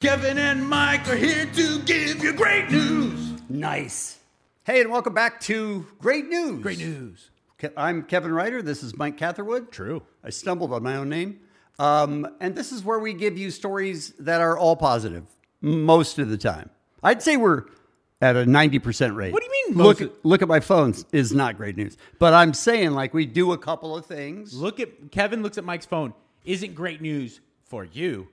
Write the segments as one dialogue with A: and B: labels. A: Kevin and Mike are here to give you great news.
B: Nice. Hey, and welcome back to Great News.
A: Great news.
B: Ke- I'm Kevin Ryder. This is Mike Catherwood.
A: True.
B: I stumbled on my own name. Um, and this is where we give you stories that are all positive most of the time. I'd say we're at a 90% rate.
A: What do you mean most
B: Look, look at my phone is not great news. But I'm saying like we do a couple of things.
A: Look at Kevin looks at Mike's phone. Isn't great news for you,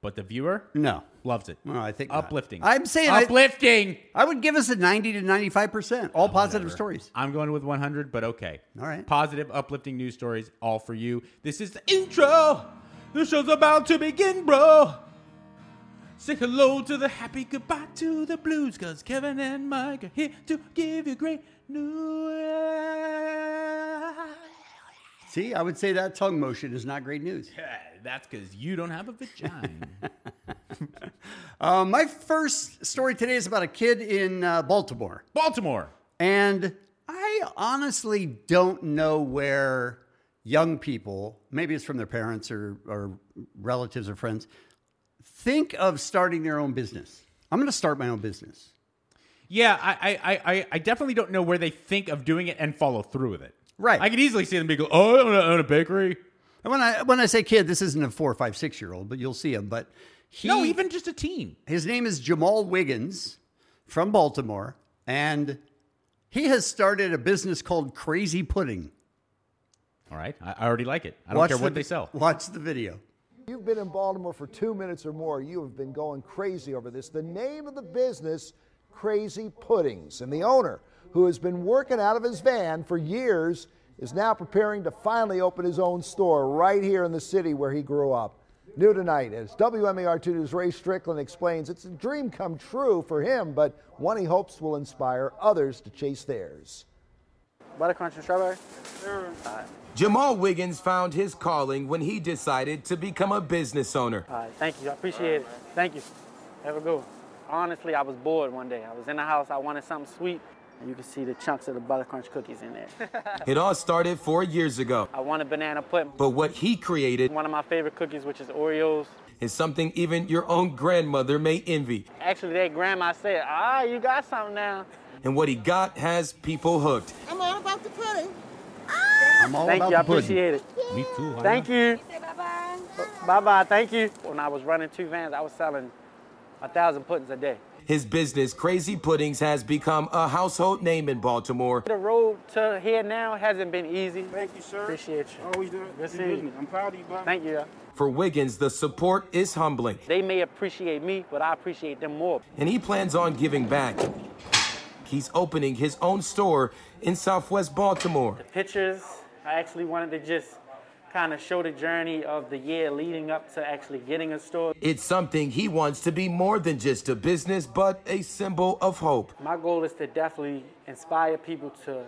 A: but the viewer
B: No.
A: loves it.
B: No, I think not.
A: uplifting.
B: I'm saying I-
A: uplifting.
B: I would give us a 90 to 95%, all positive stories.
A: I'm going with 100, but okay.
B: All right.
A: Positive, uplifting news stories, all for you. This is the intro. The show's about to begin, bro. Say hello to the happy, goodbye to the blues, cause Kevin and Mike are here to give you great news.
B: See, I would say that tongue motion is not great news.
A: That's because you don't have a vagina.
B: Uh, my first story today is about a kid in uh, Baltimore.
A: Baltimore.
B: And I honestly don't know where young people, maybe it's from their parents or, or relatives or friends, think of starting their own business. I'm going to start my own business.
A: Yeah, I, I, I- I, I definitely don't know where they think of doing it and follow through with it.
B: Right.
A: I could easily see them be go, oh, I own a, own a bakery.
B: And when I, when I say kid, this isn't a four, five, six year old, but you'll see him. But he,
A: No, even just a teen.
B: His name is Jamal Wiggins from Baltimore, and he has started a business called Crazy Pudding.
A: All right. I, I already like it. I don't care
B: the,
A: what they sell.
B: Watch the video.
C: You've been in Baltimore for two minutes or more. You have been going crazy over this. The name of the business, Crazy Puddings. And the owner, who has been working out of his van for years, is now preparing to finally open his own store right here in the city where he grew up. New tonight, as WMAR 2 News' Ray Strickland explains, it's a dream come true for him, but one he hopes will inspire others to chase theirs.
D: Butter crunch and strawberry?
E: Jamal Wiggins found his calling when he decided to become a business owner.
D: All right, thank you. I appreciate it. Thank you. Have a good one. Honestly, I was bored one day. I was in the house, I wanted something sweet, and you can see the chunks of the butter crunch cookies in there.
E: It all started four years ago,
D: I want a banana pudding.
E: but what he created
D: One of my favorite cookies, which is Oreos.
E: is something even your own grandmother may envy.
D: Actually, their grandma said, ah, you got something now.
E: And what he got has people hooked.
F: I'm all about the pudding.
B: I'm all
D: Thank
B: about
D: you, I
B: the pudding.
D: appreciate it.
A: Me too.
D: Thank you.
F: Say bye-bye.
D: Bye bye, thank you. When I was running two vans, I was selling a thousand puddings a day.
E: His business, Crazy Puddings, has become a household name in Baltimore.
D: The road to here now hasn't been easy.
G: Thank you, sir.
D: Appreciate you.
G: Always do it.
D: Good
G: You
D: seeing
G: did
D: you.
G: it. I'm proud of you, bud.
D: Thank you.
E: For Wiggins, the support is humbling,
D: They may appreciate me, but I appreciate them more.
E: and he plans on giving back. He's opening his own store in Southwest Baltimore.
D: pictures. I actually wanted to just kind of show the journey of the year leading up to actually getting a store.
E: It's something he wants to be more than just a business, but a symbol of hope.
D: My goal is to definitely inspire people to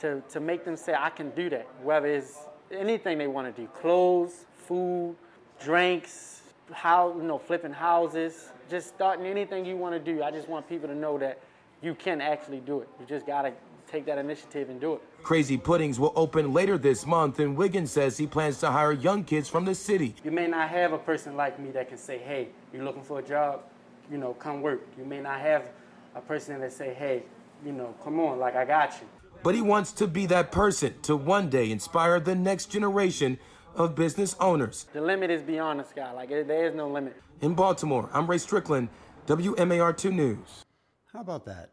D: to to make them say I can do that, whether it's anything they want to do, clothes, food, drinks, how you know, flipping houses, just starting anything you want to do. I just want people to know that you can actually do it. You just got to take that initiative and do it.
E: Crazy Puddings will open later this month, and Wiggins says he plans to hire young kids from the city.
D: You may not have a person like me that can say, "Hey, you're looking for a job, you know, come work." You may not have a person that say, "Hey, you know, come on, like I got you."
E: But he wants to be that person to one day inspire the next generation of business owners.
D: The limit is beyond the sky. Like it, there is no limit.
E: In Baltimore, I'm Ray Strickland, WMAR 2 News.
B: How about that?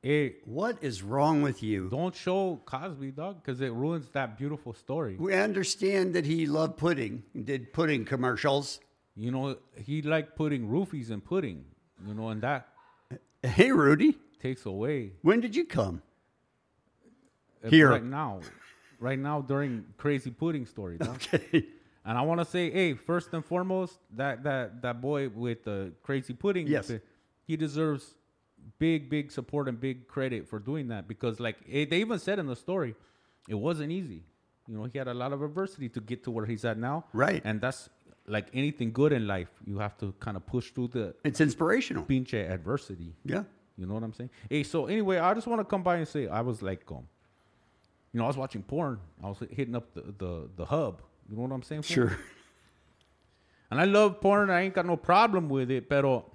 A: Hey,
B: What is wrong with you?
A: don't show Cosby, dog, because it ruins that beautiful story.
B: We understand that he loved pudding, did pudding commercials.
A: You know, he liked putting roofies in pudding, you know, and that
B: Hey, Rudy,
A: takes away.
B: when did you come?
A: Uh,
B: Here.
A: Right now. Right now during Crazy Pudding Story, dog.
B: Okay.
A: And I want to say, hey, first and foremost, that that that boy with the crazy pudding,
B: Yes.
A: th- he deserves big, big support and big credit for doing that because, like, eh, they even said in the story, it wasn't easy. You know, he had a lot of adversity to get to where he's at now.
B: Right.
A: And that's like anything good in life, you have to kind of push through the
B: It's inspirational.
A: pinche adversity.
B: Yeah.
A: You know what I'm saying? Hey, so anyway, I just want to come by and say I was like, um, you know, I was watching porn. I was hitting up the the, the hub. You know what I'm saying? fool?
B: Sure.
A: And I love porn. I ain't got no problem with it. Pero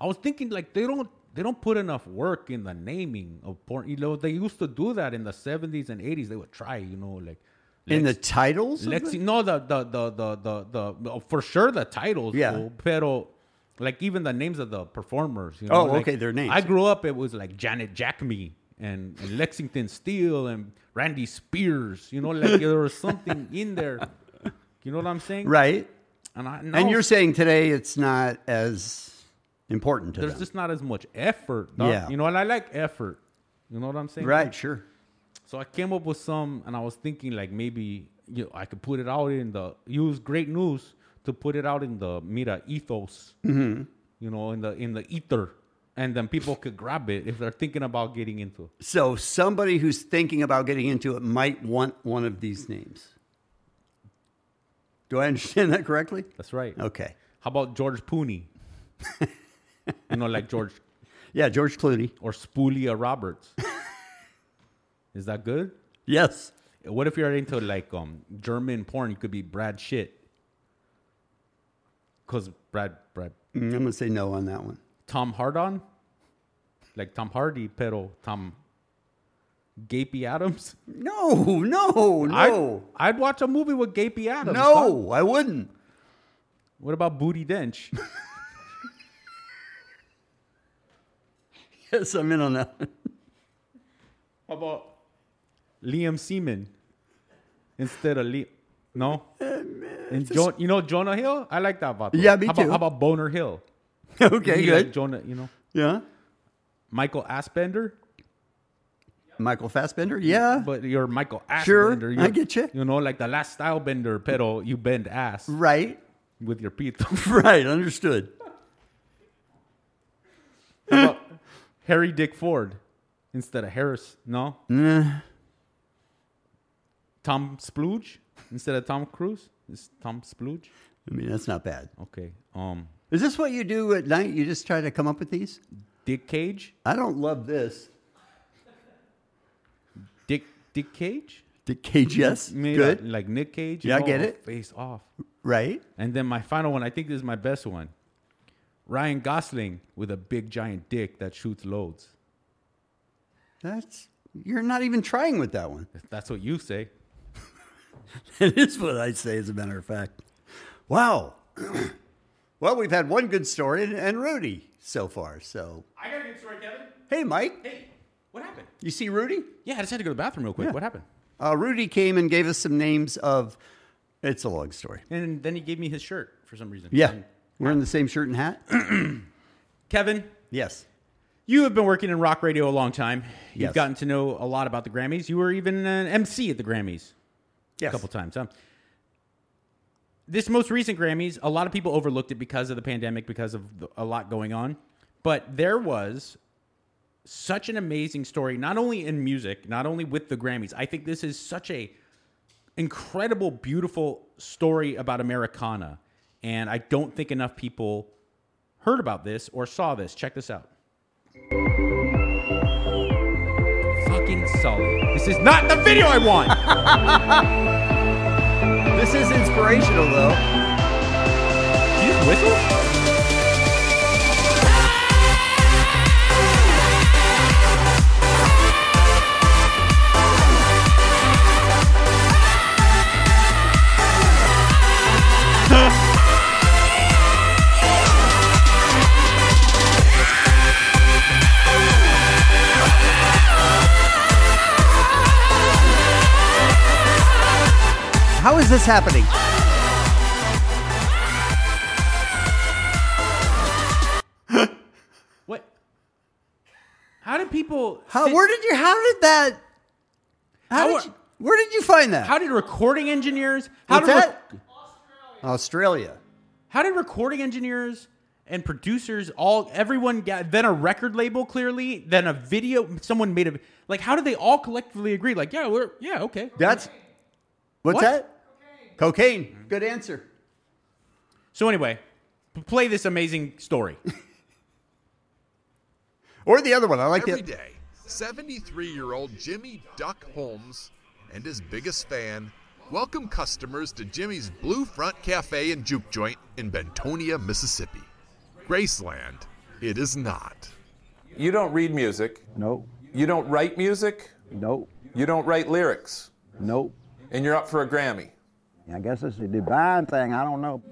A: I was thinking like they don't they don't put enough work in the naming of porn. You know, they used to do that in the seventies and eighties. They would try, you know, like
B: in the
A: Lex-
B: titles. of
A: Lexi,
B: it?
A: no, the the the the the, the, the oh, for sure the titles,
B: Yeah.
A: fool, pero like even the names of the performers. You know?
B: Oh,
A: like,
B: okay, their names.
A: I grew up. It was like Janet Jackme and, and Lexington Steele and Randy Spears. You know, like there was something in there. You know what I'm saying?
B: Right.
A: And I,
B: And
A: now
B: you're saying today it's not as important to
A: there's
B: them.
A: just not as much effort. dog.
B: Yeah.
A: You know, and I like effort. You know what I'm saying?
B: right, sure.
A: So I came up with some, and I was thinking like maybe you know, I could put it out in the use great news to put it out in the Mira ethos,
B: Mm-hmm.
A: you know, in the in the ether, and then people could grab it if they're thinking about getting into.
B: So somebody who's thinking about getting into it might want one of these names. Do I understand that correctly?
A: That's right.
B: Okay.
A: How about George Pooney? you know, like George
B: Yeah, George Clooney.
A: or Spoolia Roberts. Is that good?
B: Yes.
A: What if you're into like um German porn? You could be Brad shit. Cause Brad Brad
B: Mm, I'm going to say no on that one.
A: Tom Hardon, like Tom Hardy, pero Tom Gapey Adams.
B: No, no, no.
A: I'd, I'd watch a movie with Gapey Adams. dog.
B: no, I wouldn't.
A: What about Booty Dench?
B: Yes, I'm in on that. one.
A: How about Liam Seaman instead of Liam? No. And jo- you know Jonah Hill? I like that about.
B: Eh, Yeah, me
A: how
B: too.
A: About, how about Boner Hill?
B: okay,
A: You like
B: good.
A: Jonah, you know
B: Yeah.
A: Michael Aspender.
B: Michael Fassbender? Yeah.
A: But you're Michael Ass
B: Sure,
A: Bender.
B: I
A: You're-
B: get you.
A: You know, like the last style bender, pero you bend ass
B: Right.
A: with your feet.
B: Right, understood.
A: Harry Dick Ford instead of Harris. No. Tom Splooge instead of Tom Cruise. It's Tom Splooge.
B: I mean, that's not bad.
A: Okay. Um,
B: Is this what you do at night? You just try to come up with these?
A: Dick Cage.
B: I don't love this.
A: Dick Dick Cage.
B: The cage, yes.
A: Made
B: Good.
A: out like Nick Cage. you
B: Yeah, I
A: know,
B: get it.
A: Face off.
B: Right?
A: And then my final one. I think this is my best one. Ryan Gosling with a big giant dick that shoots loads.
B: That's you're not even trying with that one.
A: If that's what you say.
B: It is what I say, as a matter of fact. Wow. well, we've had one good story and, and Rudy so far. So
A: I got a good story, Kevin.
B: hey, Mike,
A: Hey, what happened?
B: you see Rudy?
A: Yeah, I just had to go to the bathroom real quick. What happened?
B: Uh, Rudy came and gave us some names of. It's a long story.
A: And then he gave me his shirt for some reason.
B: Yeah,
A: And-
B: we're in the same shirt and hat.
A: Kevin,
B: yes.
A: you have been working in rock radio a long time. You've
B: Yes.
A: gotten to know a lot about the Grammys. You were even an MC at the Grammys
B: Yes.
A: a couple times. Huh? This most recent Grammys, a lot of people overlooked it because of the pandemic, because of the, a lot going on. But there was such an amazing story, not only in music, not only with the Grammys. I think this is such a incredible, beautiful story about Americana, and I don't think enough people heard about this or saw this. Check this out. Fucking Sully. This is not the video I want.
B: This is inspirational, though. How is this happening?
A: What? How did people?
B: How? Where did you? How did that? How,
A: How
B: did
A: are-
B: you, Where did you find that?
A: How did recording engineers? How
B: What's
A: did rec-
B: that? Australia.
A: How did recording engineers and producers all everyone got then a record label clearly then a video someone made a like how did they all collectively agree like yeah we're yeah okay
B: That's what's
A: What?
B: that? Cocaine. Good answer.
A: so anyway p- play this amazing story
B: Or the other one. I like
G: Every
B: that.
G: day, 73 year old Jimmy Duck Holmes and his biggest fan Welcome customers to Jimmy's Blue Front Cafe and Juke Joint in Bentonia, Mississippi. Graceland, it is not.
H: You don't read music.
I: Nope.
H: You don't write music.
I: Nope.
H: You don't write lyrics.
I: Nope.
H: And you're up for a Grammy.
I: I guess it's a divine thing. I don't know.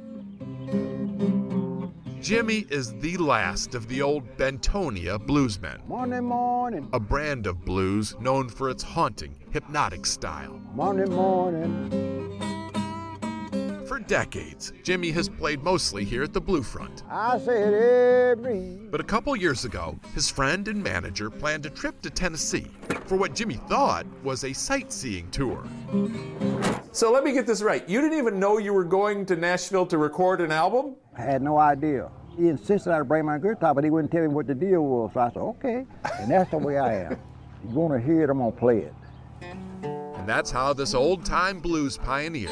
G: Jimmy is the last of the old Bentonia bluesmen,
I: Morning, morning,
G: a brand of blues known for its haunting, hypnotic style.
I: morning, morning.
G: For decades, Jimmy has played mostly here at the Blue Front.
I: I said every.
G: But a couple years ago, his friend and manager planned a trip to Tennessee for what Jimmy thought was a sightseeing tour.
H: So let me get this right. You didn't even know you were going to Nashville to record an album?
I: I had no idea. He insisted I bring my guitar, but he wouldn't tell me what the deal was. So I said, okay. And that's the way I am. You're going to hear it, I'm going to play it.
G: And that's how this old time blues pioneer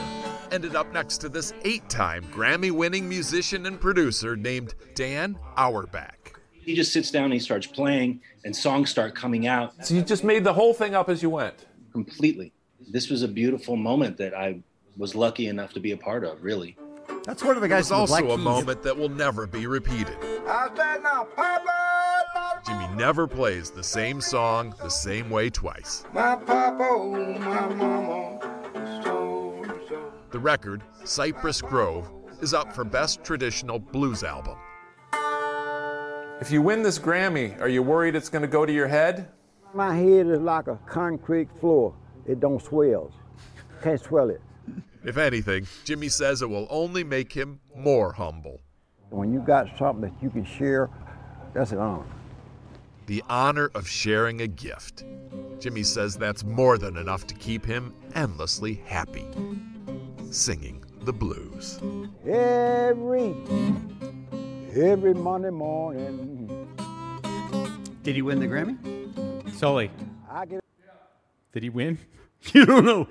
G: ended up next to this eight time Grammy winning musician and producer named Dan Auerbach.
J: He just sits down and he starts playing, and songs start coming out
H: So you just made the whole thing up as you went.
J: completely. This was a beautiful moment that I was lucky enough to be a part of, really.
B: That's one of the guys
G: It's
B: from the Black
G: also a
B: Keys.
G: moment that will never be repeated. Jimmy never plays the same song the same way twice. The record, Cypress Grove, is up for Best Traditional Blues Album.
H: If you win this Grammy, are you worried it's going to go to your head?
I: My head is like a concrete floor. It don't swell. Can't swell it.
G: If anything, Jimmy says it will only make him more humble.
I: When you got something that you can share, that's an honor.
G: The honor of sharing a gift. Jimmy says that's more than enough to keep him endlessly happy. Singing the blues.
I: Every, every Monday morning,
B: Did he win the Grammy?
A: Sully,
I: I get
A: did he win?
B: You don't know.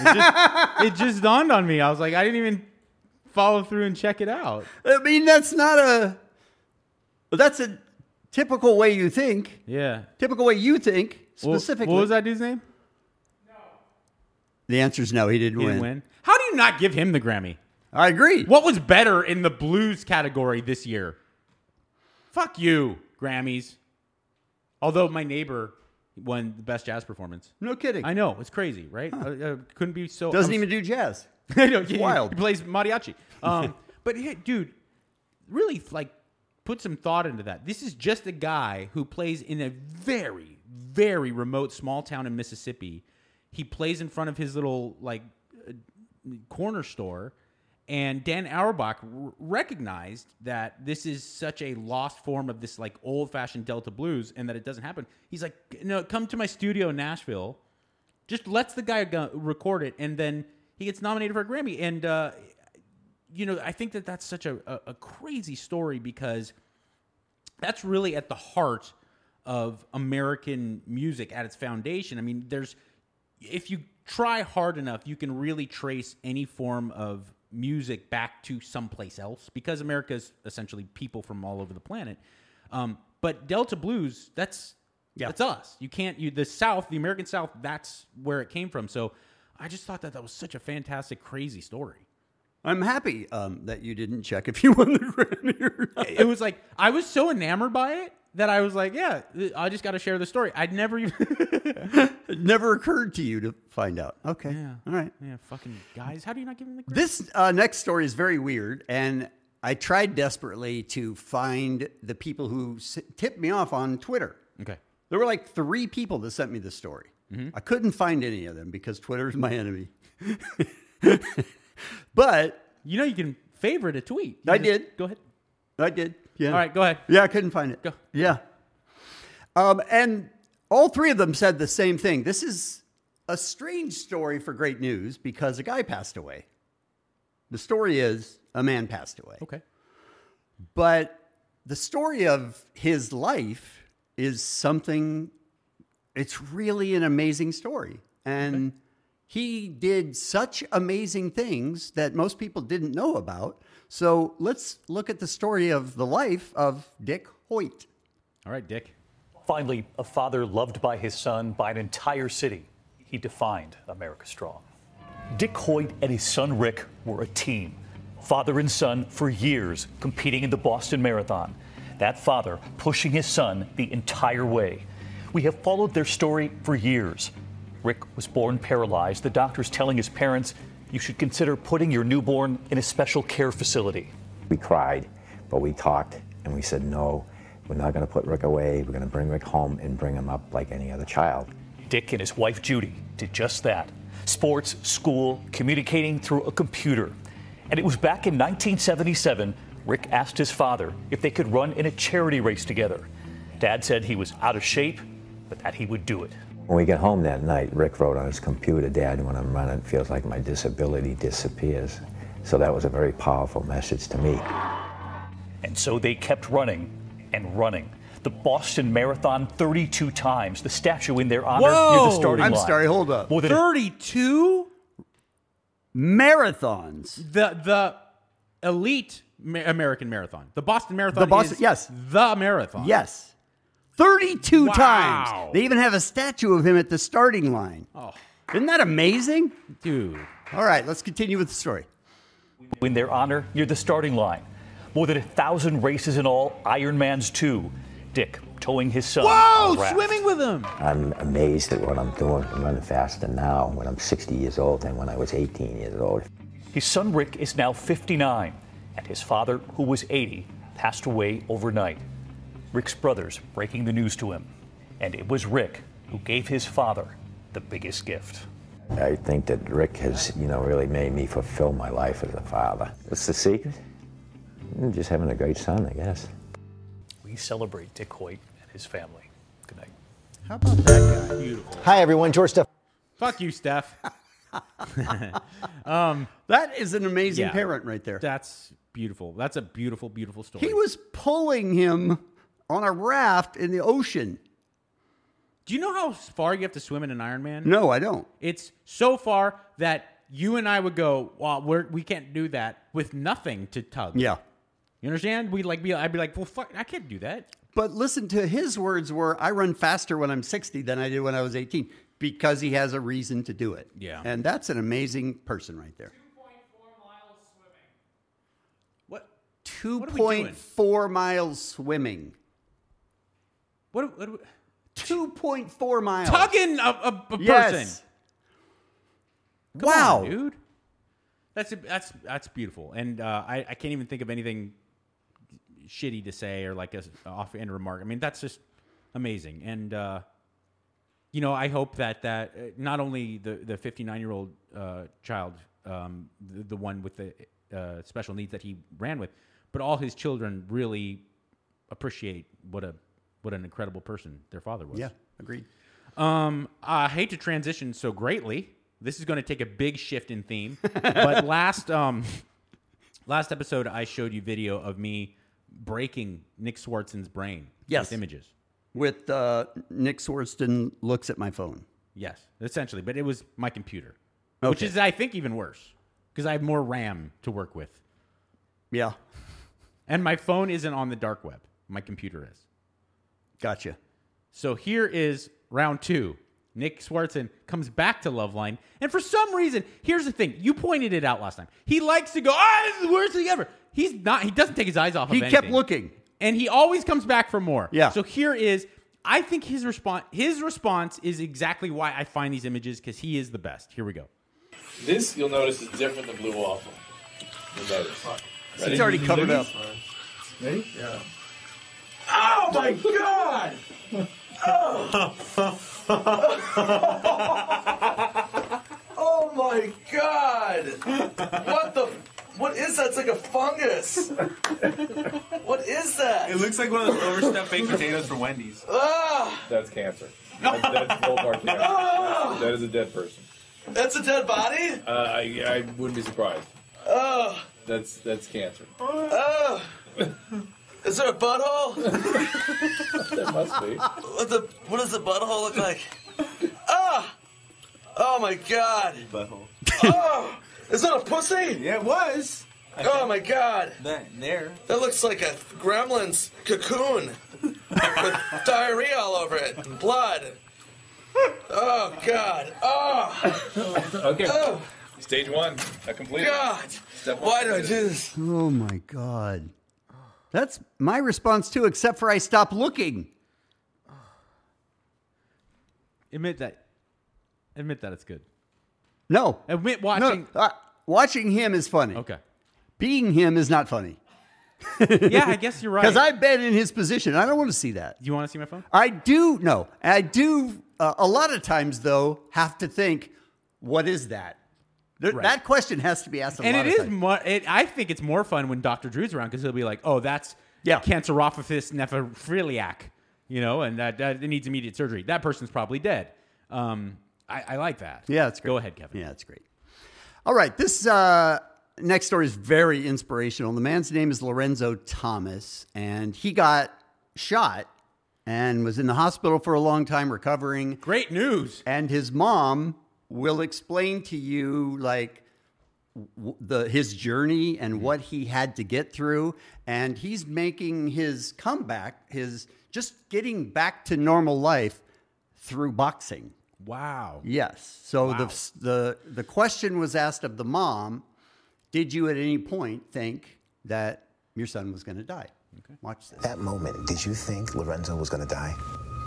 A: it just dawned on me. I was like, I didn't even follow through and check it out.
B: I mean, that's not a. That's a typical way you think.
A: Yeah.
B: Typical way you think
A: Well,
B: specifically.
A: what was that dude's name?
B: The answer is no. He didn't,
A: He didn't win. How do you not give him the Grammy?
B: I agree.
A: What was better in the blues category this year? Fuck you, Grammys. Although my neighbor won the best jazz performance.
B: No kidding.
A: I know it's crazy, right? Uh, uh, couldn't be so.
B: Doesn't
A: I'm-
B: even do jazz.
A: I know, he-
B: wild.
A: He plays mariachi. Um, but hey, dude, really like put some thought into that. This is just a guy who plays in a very, very remote small town in Mississippi. He plays in front of his little like uh, corner store, and Dan Auerbach r- recognized that this is such a lost form of this like old fashioned Delta blues, and that it doesn't happen. He's like, no, come to my studio in Nashville just lets the guy go, record it, and then he gets nominated for a Grammy. And uh, you know, I think that that's such a, a, a crazy story because that's really at the heart of American music at its foundation. I mean, there's if you try hard enough, you can really trace any form of music back to someplace else because America's essentially people from all over the planet. Um, but Delta blues, that's that's us. You can't you the South, the American South. That's where it came from. So I just thought that that was such a fantastic, crazy story.
B: I'm happy um, that you didn't check if you won the Grammy or not.
A: it was like I was so enamored by it that I was like, yeah, th- I just got to share the story. I'd never even.
B: It never occurred to you to find out. Okay. All right.
A: yeah, fucking guys, how do you not give him the? Credit?
B: This uh, next story is very weird, and I tried desperately to find the people who s- tipped me off on Twitter.
A: Okay, Mm-hmm.
B: There were like three people that sent me this story. I couldn't find any of them because Twitter is my enemy. but
A: you know you can favorite a tweet. You
B: I
A: just-
B: did.
A: Go ahead.
B: I did. Yeah.
A: All right, go ahead.
B: Yeah, I couldn't find it.
A: Go.
B: Yeah. Um, and all three of them said the same thing. This is a strange story for great news because a guy passed away. The story is a man passed away.
A: Okay.
B: But the story of his life is something, it's really an amazing story. And he did such amazing things that most people didn't know about. So let's look at the story of the life of Dick Hoyt.
A: All right, Dick.
J: Finally, a father loved by his son, by an entire city.
K: He defined America Strong. Dick Hoyt and his son Rick were a team, father and son for years, competing in the Boston Marathon. That father pushing his son the entire way. We have followed their story for years. Rick was born paralyzed, the doctors telling his parents, you should consider putting your newborn in a special care facility.
L: We cried, but we talked and we said, no, we're not going to put Rick away. We're going to bring Rick home and bring him up like any other child.
K: Dick and his wife Judy did just that sports, school, communicating through a computer. And it was back in 1977 Rick asked his father if they could run in a charity race together. Dad said he was out of shape, but that he would do it.
L: When we get home that night, Rick wrote on his computer, Dad, when I'm running, it feels like my disability disappears. So that was a very powerful message to me.
K: And so they kept running and running. The Boston Marathon 32 times, the statue in their honor near the starting
B: I'm
K: line.
B: sorry, hold up.
K: More than a-
A: 32
B: marathons.
A: The the elite ma- American marathon. The Boston Marathon
B: The Boston-
A: is
B: yes.
A: the marathon.
B: Yes. 32
A: Wow.
B: times. They even have a statue of him at the starting line.
A: Oh.
B: Isn't that amazing?
A: Dude.
B: All right, let's continue with the story.
K: in their honor near the starting line. More than a thousand races in all, Ironman's two. Dick towing his son. on a
A: Whoa,
K: raft.
A: swimming with him.
L: I'm amazed at what I'm doing. I'm running faster now when I'm 60 years old than when I was 18 years old.
K: His son Rick is now 59, and his father, who was 80, passed away overnight. Rick's brothers breaking the news to him. And it was Rick who gave his father the biggest gift.
L: I think that Rick has, you know, really made me fulfill my life as a father. What's the secret? Mm, Just having a great son, I guess.
K: We celebrate Dick Hoyt and his family. Good night.
B: How about that guy?
A: Beautiful.
M: Hi, everyone. George Steph.
A: Fuck you, Steph. um,
B: that is an amazing
A: yeah.
B: parent right there.
A: That's beautiful. That's a beautiful, beautiful story.
B: He was pulling him on a raft in the ocean.
A: Do you know how far you have to swim in an Ironman?
B: No, I don't.
A: It's so far that you and I would go, well, we're, we can't do that with nothing to tug.
B: Yeah.
A: You understand? We'd like be, I'd be like, well, fuck, I can't do that.
B: But listen to his words were I run faster when I'm 60 than I did when I was 18 because he has a reason to do it.
A: Yeah.
B: And that's an amazing person right there.
A: What? What are we doing?
B: 2.4 miles swimming.
A: What? what, what
B: 2.4 miles.
A: tugging a, a, a
B: Yes.
A: person. Come
B: wow.
A: on, dude. That's that's that's beautiful, and uh, I I can't even think of anything shitty to say or like a s- off end remark. I mean, that's just amazing, and uh, you know, I hope that that uh, not only the the fifty nine year old uh, child, um, the, the one with the uh, special needs that he ran with, but all his children really appreciate what a what an incredible person their father was.
B: Yeah, agreed.
A: Um, I hate to transition so greatly. This is going to take a big shift in theme. but last um, last episode, I showed you video of me breaking Nick Swartzen's brain
B: Yes.
A: with images.
B: With uh, Nick Swartzen looks at my phone.
A: Yes, essentially, but it was my computer, which
B: Okay.
A: is I think even worse because I have more RAM to work with,
B: Yeah,
A: and my phone isn't on the dark web. My computer is.
B: gotcha.
A: So here is round two. Nick Swartzen comes back to Loveline, and for some reason, here's the thing: you pointed it out last time. He likes to go, "Ah, this is the worst thing ever." He's not. He doesn't take his eyes off.
B: He
A: of
B: kept
A: anything.
B: looking.
A: and he always comes back for more.
B: Yeah.
A: So here is, I think his response. His response is exactly why I find these images because he is the best. Here we go.
N: This you'll notice is different than blue waffle. You'll notice. Ready?
B: It's already covered up.
N: Ready? Yeah. Oh my god! Oh. oh my god! What the? What is that? It's like a fungus. What is that? It looks like one of those overstuffed baked potatoes from Wendy's. Ah!
O: That's cancer. That's, that's Goldbar cancer. That is a dead person.
N: That's a dead body.
O: Uh, I, I wouldn't be surprised.
N: Oh.
O: That's that's cancer.
N: Oh. Is there a butthole?
O: That must be.
N: What the? What does the butthole look like? Ah! Oh my god! Butthole. Oh! Is that a pussy? Yeah, it was. oh my god! That there. That looks like a gremlin's cocoon with diarrhea all over it and blood. Oh God. Oh.
O: Okay.
N: Oh
O: Stage one, I completed.
N: God.
O: Step one
N: Why do I
O: completed.
N: do this?
B: Oh my God. That's my response too, except for I stop looking.
A: Admit that. Admit that it's good.
B: No.
A: Admit watching-
B: No, uh, watching him is funny.
A: Okay.
B: Being him is not funny.
A: Yeah, I guess you're right.
B: Because I've been in his position. I don't want to see that.
A: You want to see my phone?
B: I do, no. I do, uh, a lot of times though, have to think, what is that? There-
A: Right.
B: That question has to be asked a
A: and
B: lot
A: it
B: of
A: is
B: times.
A: more. It, I think it's more fun when Dr. Drew's around because he'll be like, "Oh, that's yeah, cancerophithous nephophiliac," you know, and that, that it needs immediate surgery. That person's probably dead. Um, I, I like that.
B: Yeah, it's great.
A: Go ahead, Kevin.
B: Yeah, it's great. All right, this uh, next story is very inspirational. The man's name is Lorenzo Thomas, and he got shot and was in the hospital for a long time recovering.
A: Great news.
B: And his mom will explain to you like w- the his journey and what he had to get through and he's making his comeback, his just getting back to normal life through boxing.
A: Wow.
B: Yes. So
A: Wow.
B: the the the question was asked of the mom: Did you at any point think that your son was going to die? Okay. Watch this.
M: That moment, did you think Lorenzo was going to die?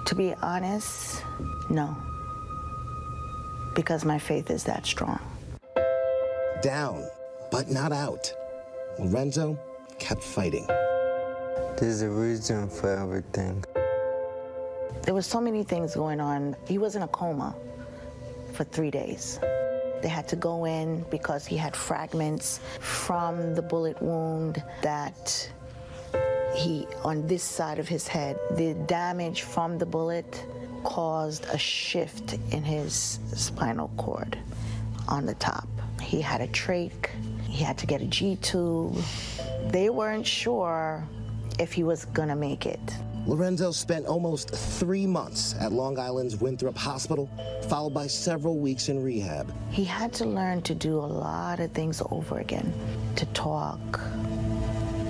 P: To be honest, no. Because my faith is that strong.
M: Down, but not out. Lorenzo kept fighting. There's a reason for everything.
P: There was so many things going on. He was in a coma for three days. They had to go in because he had fragments from the bullet wound that he, on this side of his head, the damage from the bullet caused a shift in his spinal cord on the top. He had a trach, he had to get a G tube. They weren't sure if he was gonna make it.
M: Lorenzo spent almost three months at Long Island's Winthrop Hospital, followed by several weeks in rehab.
P: He had to learn to do a lot of things over again to talk,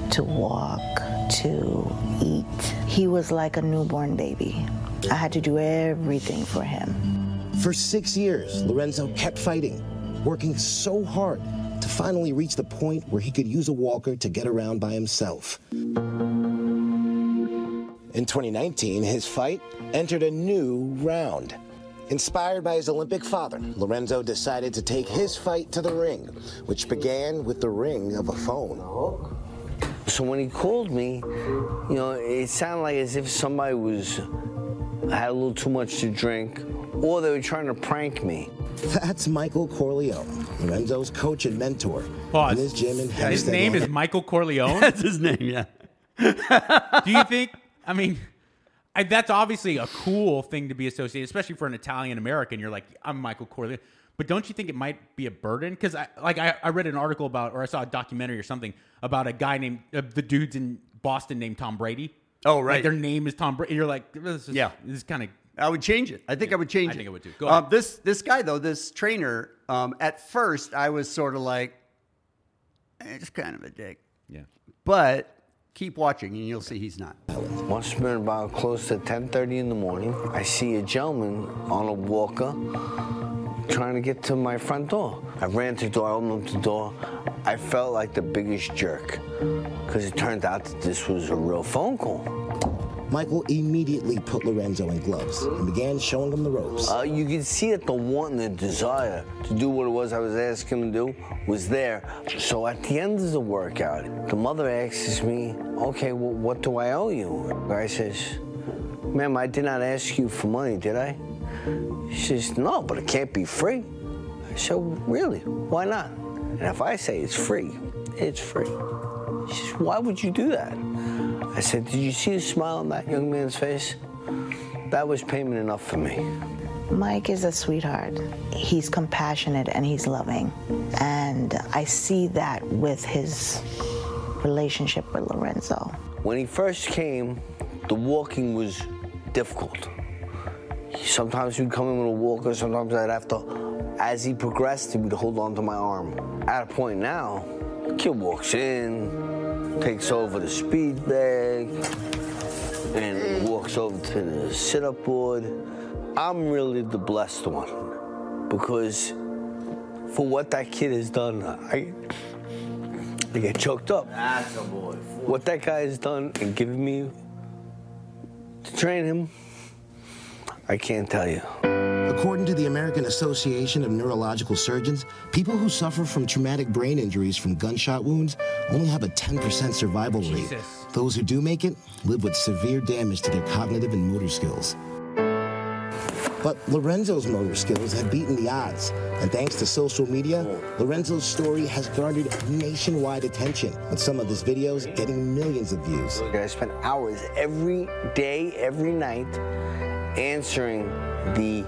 P: to walk, to eat. He was like a newborn baby. I had to do everything for him.
M: For six years, Lorenzo kept fighting, working so hard to finally reach the point where he could use a walker to get around by himself. In 2019, his fight entered a new round. Inspired by his Olympic father, Lorenzo decided to take his fight to the ring, which began with the ring of a phone.
Q: So when he called me, you know, it sounded like as if somebody was had a little too much to drink, or they were trying to prank me.
M: That's Michael Corleone, Lorenzo's coach and mentor.
A: Pause.
M: In his gym in
A: Oh, His
M: Hempstead,
A: name
M: Long
A: is Michael Corleone.
B: That's his name. Yeah.
A: Do you think? I mean, I, that's obviously a cool thing to be associated, especially for an Italian American. You're like, I'm Michael Corleone, but don't you think it might be a burden? Because I like I, I read an article about, or I saw a documentary or something about a guy named uh, the dudes in Boston named Tom Brady.
B: Oh,
A: Like,
B: right.
A: their name is Tom Brady. You're like, this is,
B: Yeah.
A: this is kind of.
B: I would change it. I think I would change it.
A: I think I would too. Go ahead.
B: Um, this this guy though, this trainer. Um, at first, I was sort of like, it's kind of a dick.
A: Yeah.
B: But keep watching, and you'll see he's not.
Q: Must have been about close to 10:30 in the morning. I see a gentleman on a walker trying to get to my front door. I ran to the door, I opened up the door. I felt like the biggest jerk because it turned out that this was a real phone call.
M: Michael immediately put Lorenzo in gloves and began showing him the ropes.
Q: Uh, you could see that the want and the desire to do what it was I was asking him to do was there. So at the end of the workout, the mother asks me, okay, well, what do I owe you? I says, ma'am, I did not ask you for money, did I? She says, no, but it can't be free. I said, really? Why not? And if I say it's free, it's free. She says, why would you do that? I said, did you see the smile on that young man's face? That was payment enough for me.
P: Mike is a sweetheart. He's compassionate and he's loving. And I see that with his relationship with Lorenzo.
Q: When he first came, the walking was difficult. Sometimes he'd come in with a walker, sometimes I'd have to, as he progressed, he would hold on to my arm. At a point now, the kid walks in, takes over the speed bag, and walks over to the sit up board. I'm really the blessed one because for what that kid has done, I, I get choked up.
R: That's a boy.
Q: What that guy has done and given me to train him, I can't tell you.
M: According to the American Association of Neurological Surgeons, people who suffer from traumatic brain injuries from gunshot wounds only have a 10% survival rate.
A: Jesus.
M: Those who do make it live with severe damage to their cognitive and motor skills. But Lorenzo's motor skills have beaten the odds, and thanks to social media, Lorenzo's story has garnered nationwide attention, with some of his videos getting millions of views.
Q: I spent hours every day, every night answering the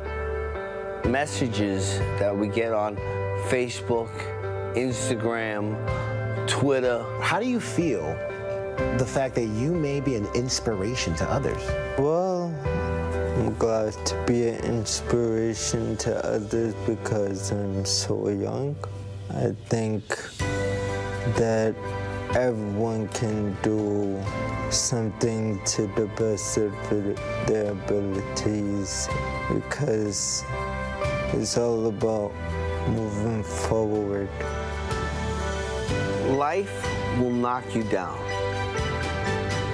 Q: messages that we get on Facebook, Instagram, Twitter.
M: How do you feel
Q: the fact that you may be an inspiration to others?
S: Well, I'm glad to be an inspiration to others because I'm so young. I think that everyone can do something to the best of their abilities because it's all about moving forward.
Q: Life will knock you down.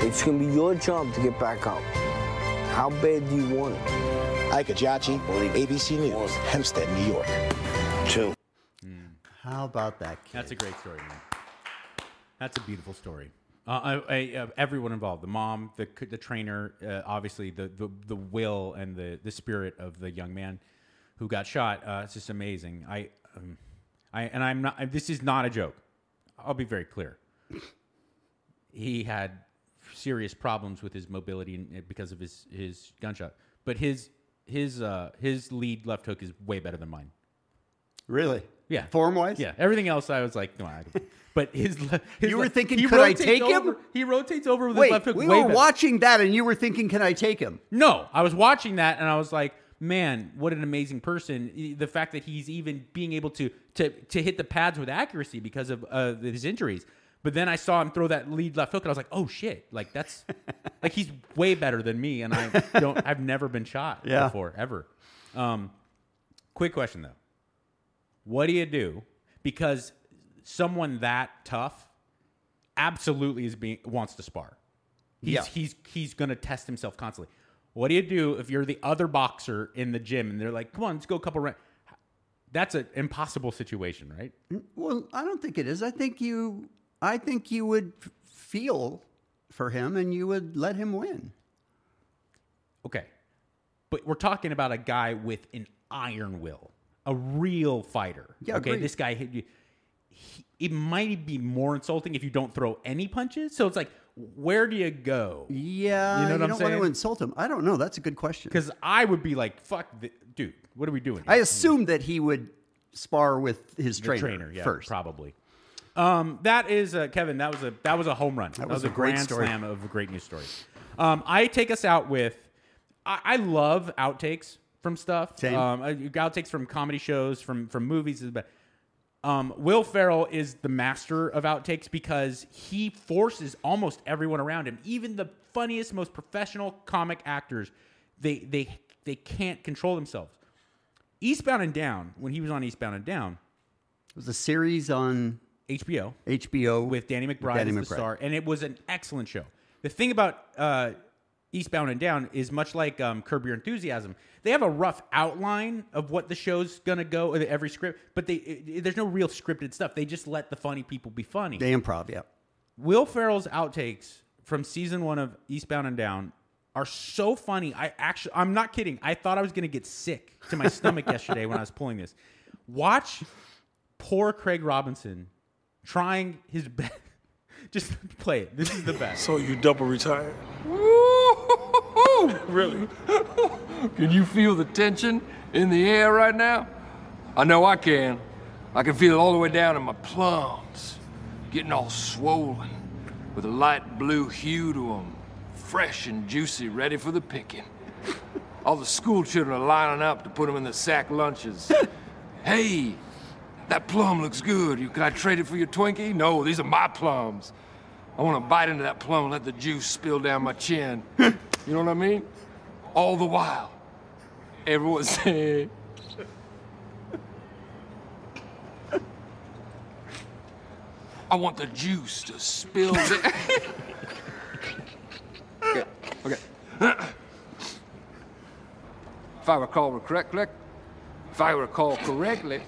Q: It's gonna be your job to get back up. How bad do you want it?
M: Ike Ajachi, ABC News, Hempstead, New York.
Q: Two.
B: How about that?
A: That's a great story, man. That's a beautiful story. Uh, I, I, uh, everyone involved the mom, the, c- the trainer, uh, obviously the, the, the will and the, the spirit of the young man who got shot. Uh, it's just amazing. I, um, I and I'm not. This is not a joke. I'll be very clear. He had serious problems with his mobility and- uh, because of his, his gunshot, but his his uh, his lead left hook is way better than mine.
B: Really?
A: Yeah.
B: Form wise?
A: Yeah. Everything else, I was like, no, I can. But his, le- his
B: You were
A: le-
B: thinking,
A: he
B: could I
A: rotates
B: take
A: over-
B: him?
A: He rotates over with
B: Wait,
A: his left hook.
B: we
A: way
B: were
A: better.
B: watching that, and you were thinking, "Can I take him?"
A: No, I was watching that and I was like, man, what an amazing person. E, The fact that he's even being able to to to hit the pads with accuracy because of uh, his injuries. But then I saw him throw that lead left hook and I was like, oh shit, like that's like he's way better than me and I don't I've never been shot
B: Yeah.
A: before ever. Um quick question though. What do you do because someone that tough absolutely is being wants to spar. He's
B: Yeah.
A: he's he's gonna test himself constantly. What do you do if you're the other boxer in the gym and they're like, "Come on, let's go a couple rounds." That's an impossible situation, right?
B: Mm, Well, I don't think it is. I think you, I think you would f- feel for him, and you would let him win.
A: Okay, but we're talking about a guy with an iron will, a real fighter.
B: Yeah,
A: okay,
B: agreed.
A: this guy. He, he- it might be more insulting if you don't throw any punches. So it's like, where do you go?
B: Yeah,
A: You know what I'm
B: don't want
A: saying?
B: to insult him. I don't know. That's a good question.
A: Because I would be like, "Fuck, th- dude, what are we doing?" here?"
B: I assumed that he would spar with his
A: The
B: trainer,
A: yeah,
B: first.
A: probably. Um, that is uh, Kevin. That was a that was a home run. That,
B: was a
A: a
B: great
A: grand
B: story.
A: slam of a great news story. Um, I take us out with. I, I love outtakes from stuff.
B: Same.
A: Um, uh, outtakes from comedy shows, from from movies. is- But um, Will Ferrell is the master of outtakes because he forces almost everyone around him, even the funniest, most professional comic actors. They they they can't control themselves. Eastbound and Down. When he was on Eastbound and Down,
B: It was a series on
A: HBO.
B: HBO with
A: Danny McBride is the star, and it was an excellent show. The thing about uh, Eastbound and Down is much like um, Curb Your Enthusiasm. They have a rough outline of what the show's gonna go with every script, but they it, there's no real scripted stuff. They just let the funny people be funny.
B: They improv, yeah.
A: Will Ferrell's outtakes from season one of Eastbound and Down are so funny. I actually, I'm not kidding. I thought I was gonna get sick to my stomach yesterday when I was pulling this. Watch poor Craig Robinson trying his best. Just play it. This is the best.
T: So you double retired?
U: really? can you feel the tension in the air right now? I know I can. I can feel it all the way down in my plums, getting all swollen, with a light blue hue to them, fresh and juicy, ready for the picking. All the school children are lining up to put them in the sack lunches. hey, that plum looks good. You, can I trade it for your Twinkie? No, these are my plums. I want to bite into that plum and let the juice spill down my chin. you know what I mean? All the while, everyone's saying, I want the juice to spill down. okay, okay. if I recall correctly, if I recall correctly,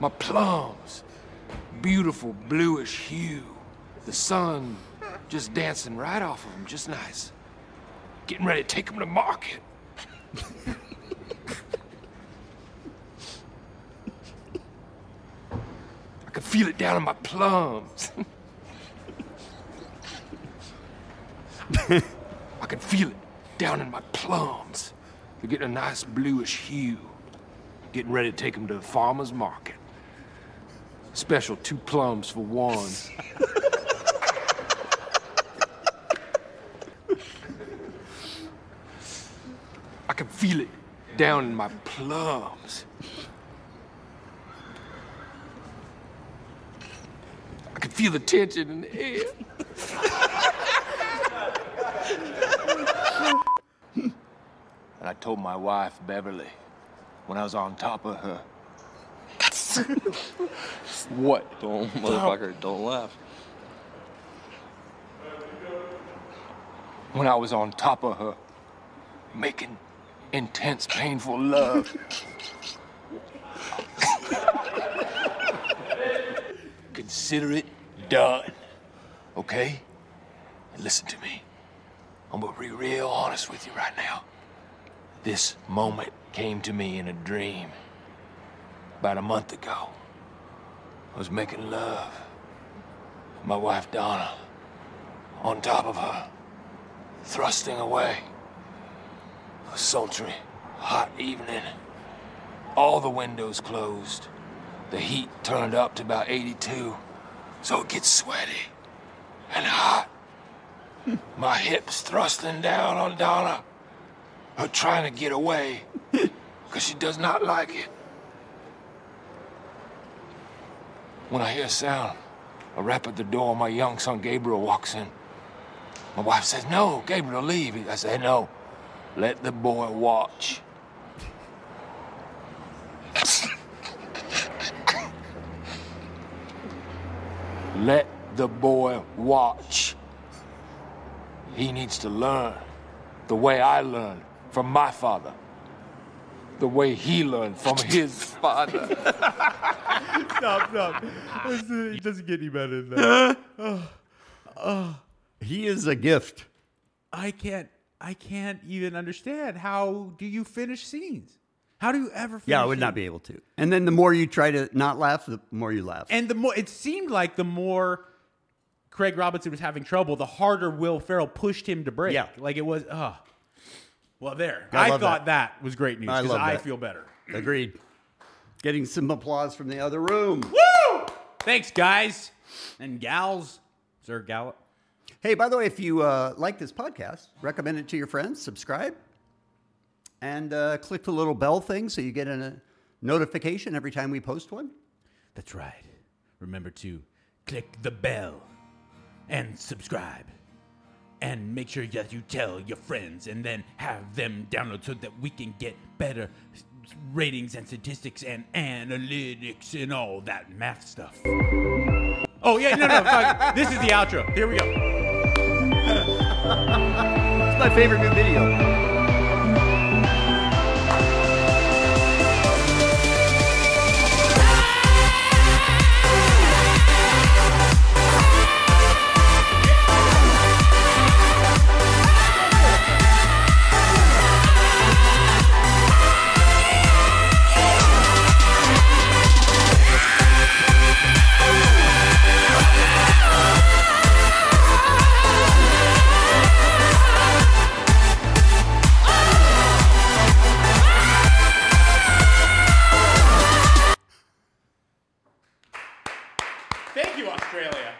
U: my plums, beautiful bluish hue, the sun just dancing right off of them, just nice. Getting ready to take them to market. I can feel it down in my plums. I can feel it down in my plums. They're getting a nice bluish hue. Getting ready to take them to the farmer's market. Special two plums for one. I can feel it down in my plums. I can feel the tension in the air.
V: And I told my wife, Beverly, when I was on top of her.
U: What?
V: Don't, motherfucker, don't laugh.
U: When I was on top of her, making intense, painful love.
V: Consider it done. Okay? And listen to me. I'm gonna be real honest with you right now. This moment came to me in a dream about a month ago. I was making love. My wife Donna, on top of her, thrusting away. A sultry, hot evening. All the windows closed. The heat turned up to about 82, so it gets sweaty and hot. My hips thrusting down on Donna, her trying to get away because she does not like it. When I hear a sound, a rap at the door, my young son Gabriel walks in. My wife says, No, Gabriel, leave. I say, No, let the boy watch. Let the boy watch. He needs to learn the way I learned from my father, the way he learned from his father.
A: stop, stop. This is- It doesn't get any better than that. Oh, oh.
B: He is a gift.
A: I can't. I can't even understand. How do you finish scenes? How do you ever? Finish
B: Yeah, I would not be able to. And then the more you try to not laugh, the more you laugh.
A: And the more it seemed like the more Craig Robinson was having trouble, the harder Will Ferrell pushed him to break.
B: Yeah.
A: like it was. Uh, well, there.
B: I
A: I,
B: love
A: thought that. was great news
B: I
A: because
B: love
A: I,
B: that.
A: feel better.
B: Agreed. Getting some applause from the other room.
A: Woo! Thanks, guys and gals. Sir Gallup.
B: Hey, by the way, if you uh, like this podcast, recommend it to your friends, subscribe, and uh, click the little bell thing so you get a notification every time we post one.
A: That's right. Remember to click the bell and subscribe. And make sure that you tell your friends and then have them download so that we can get better s- ratings and statistics and analytics and all that math stuff. Oh, yeah, no, no. fuck. This is the outro. Here we go.
B: It's my favorite new video.
A: Thank you, Australia.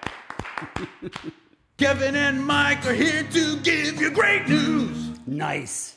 W: Kevin and Mike are here to give you great news.
B: Nice.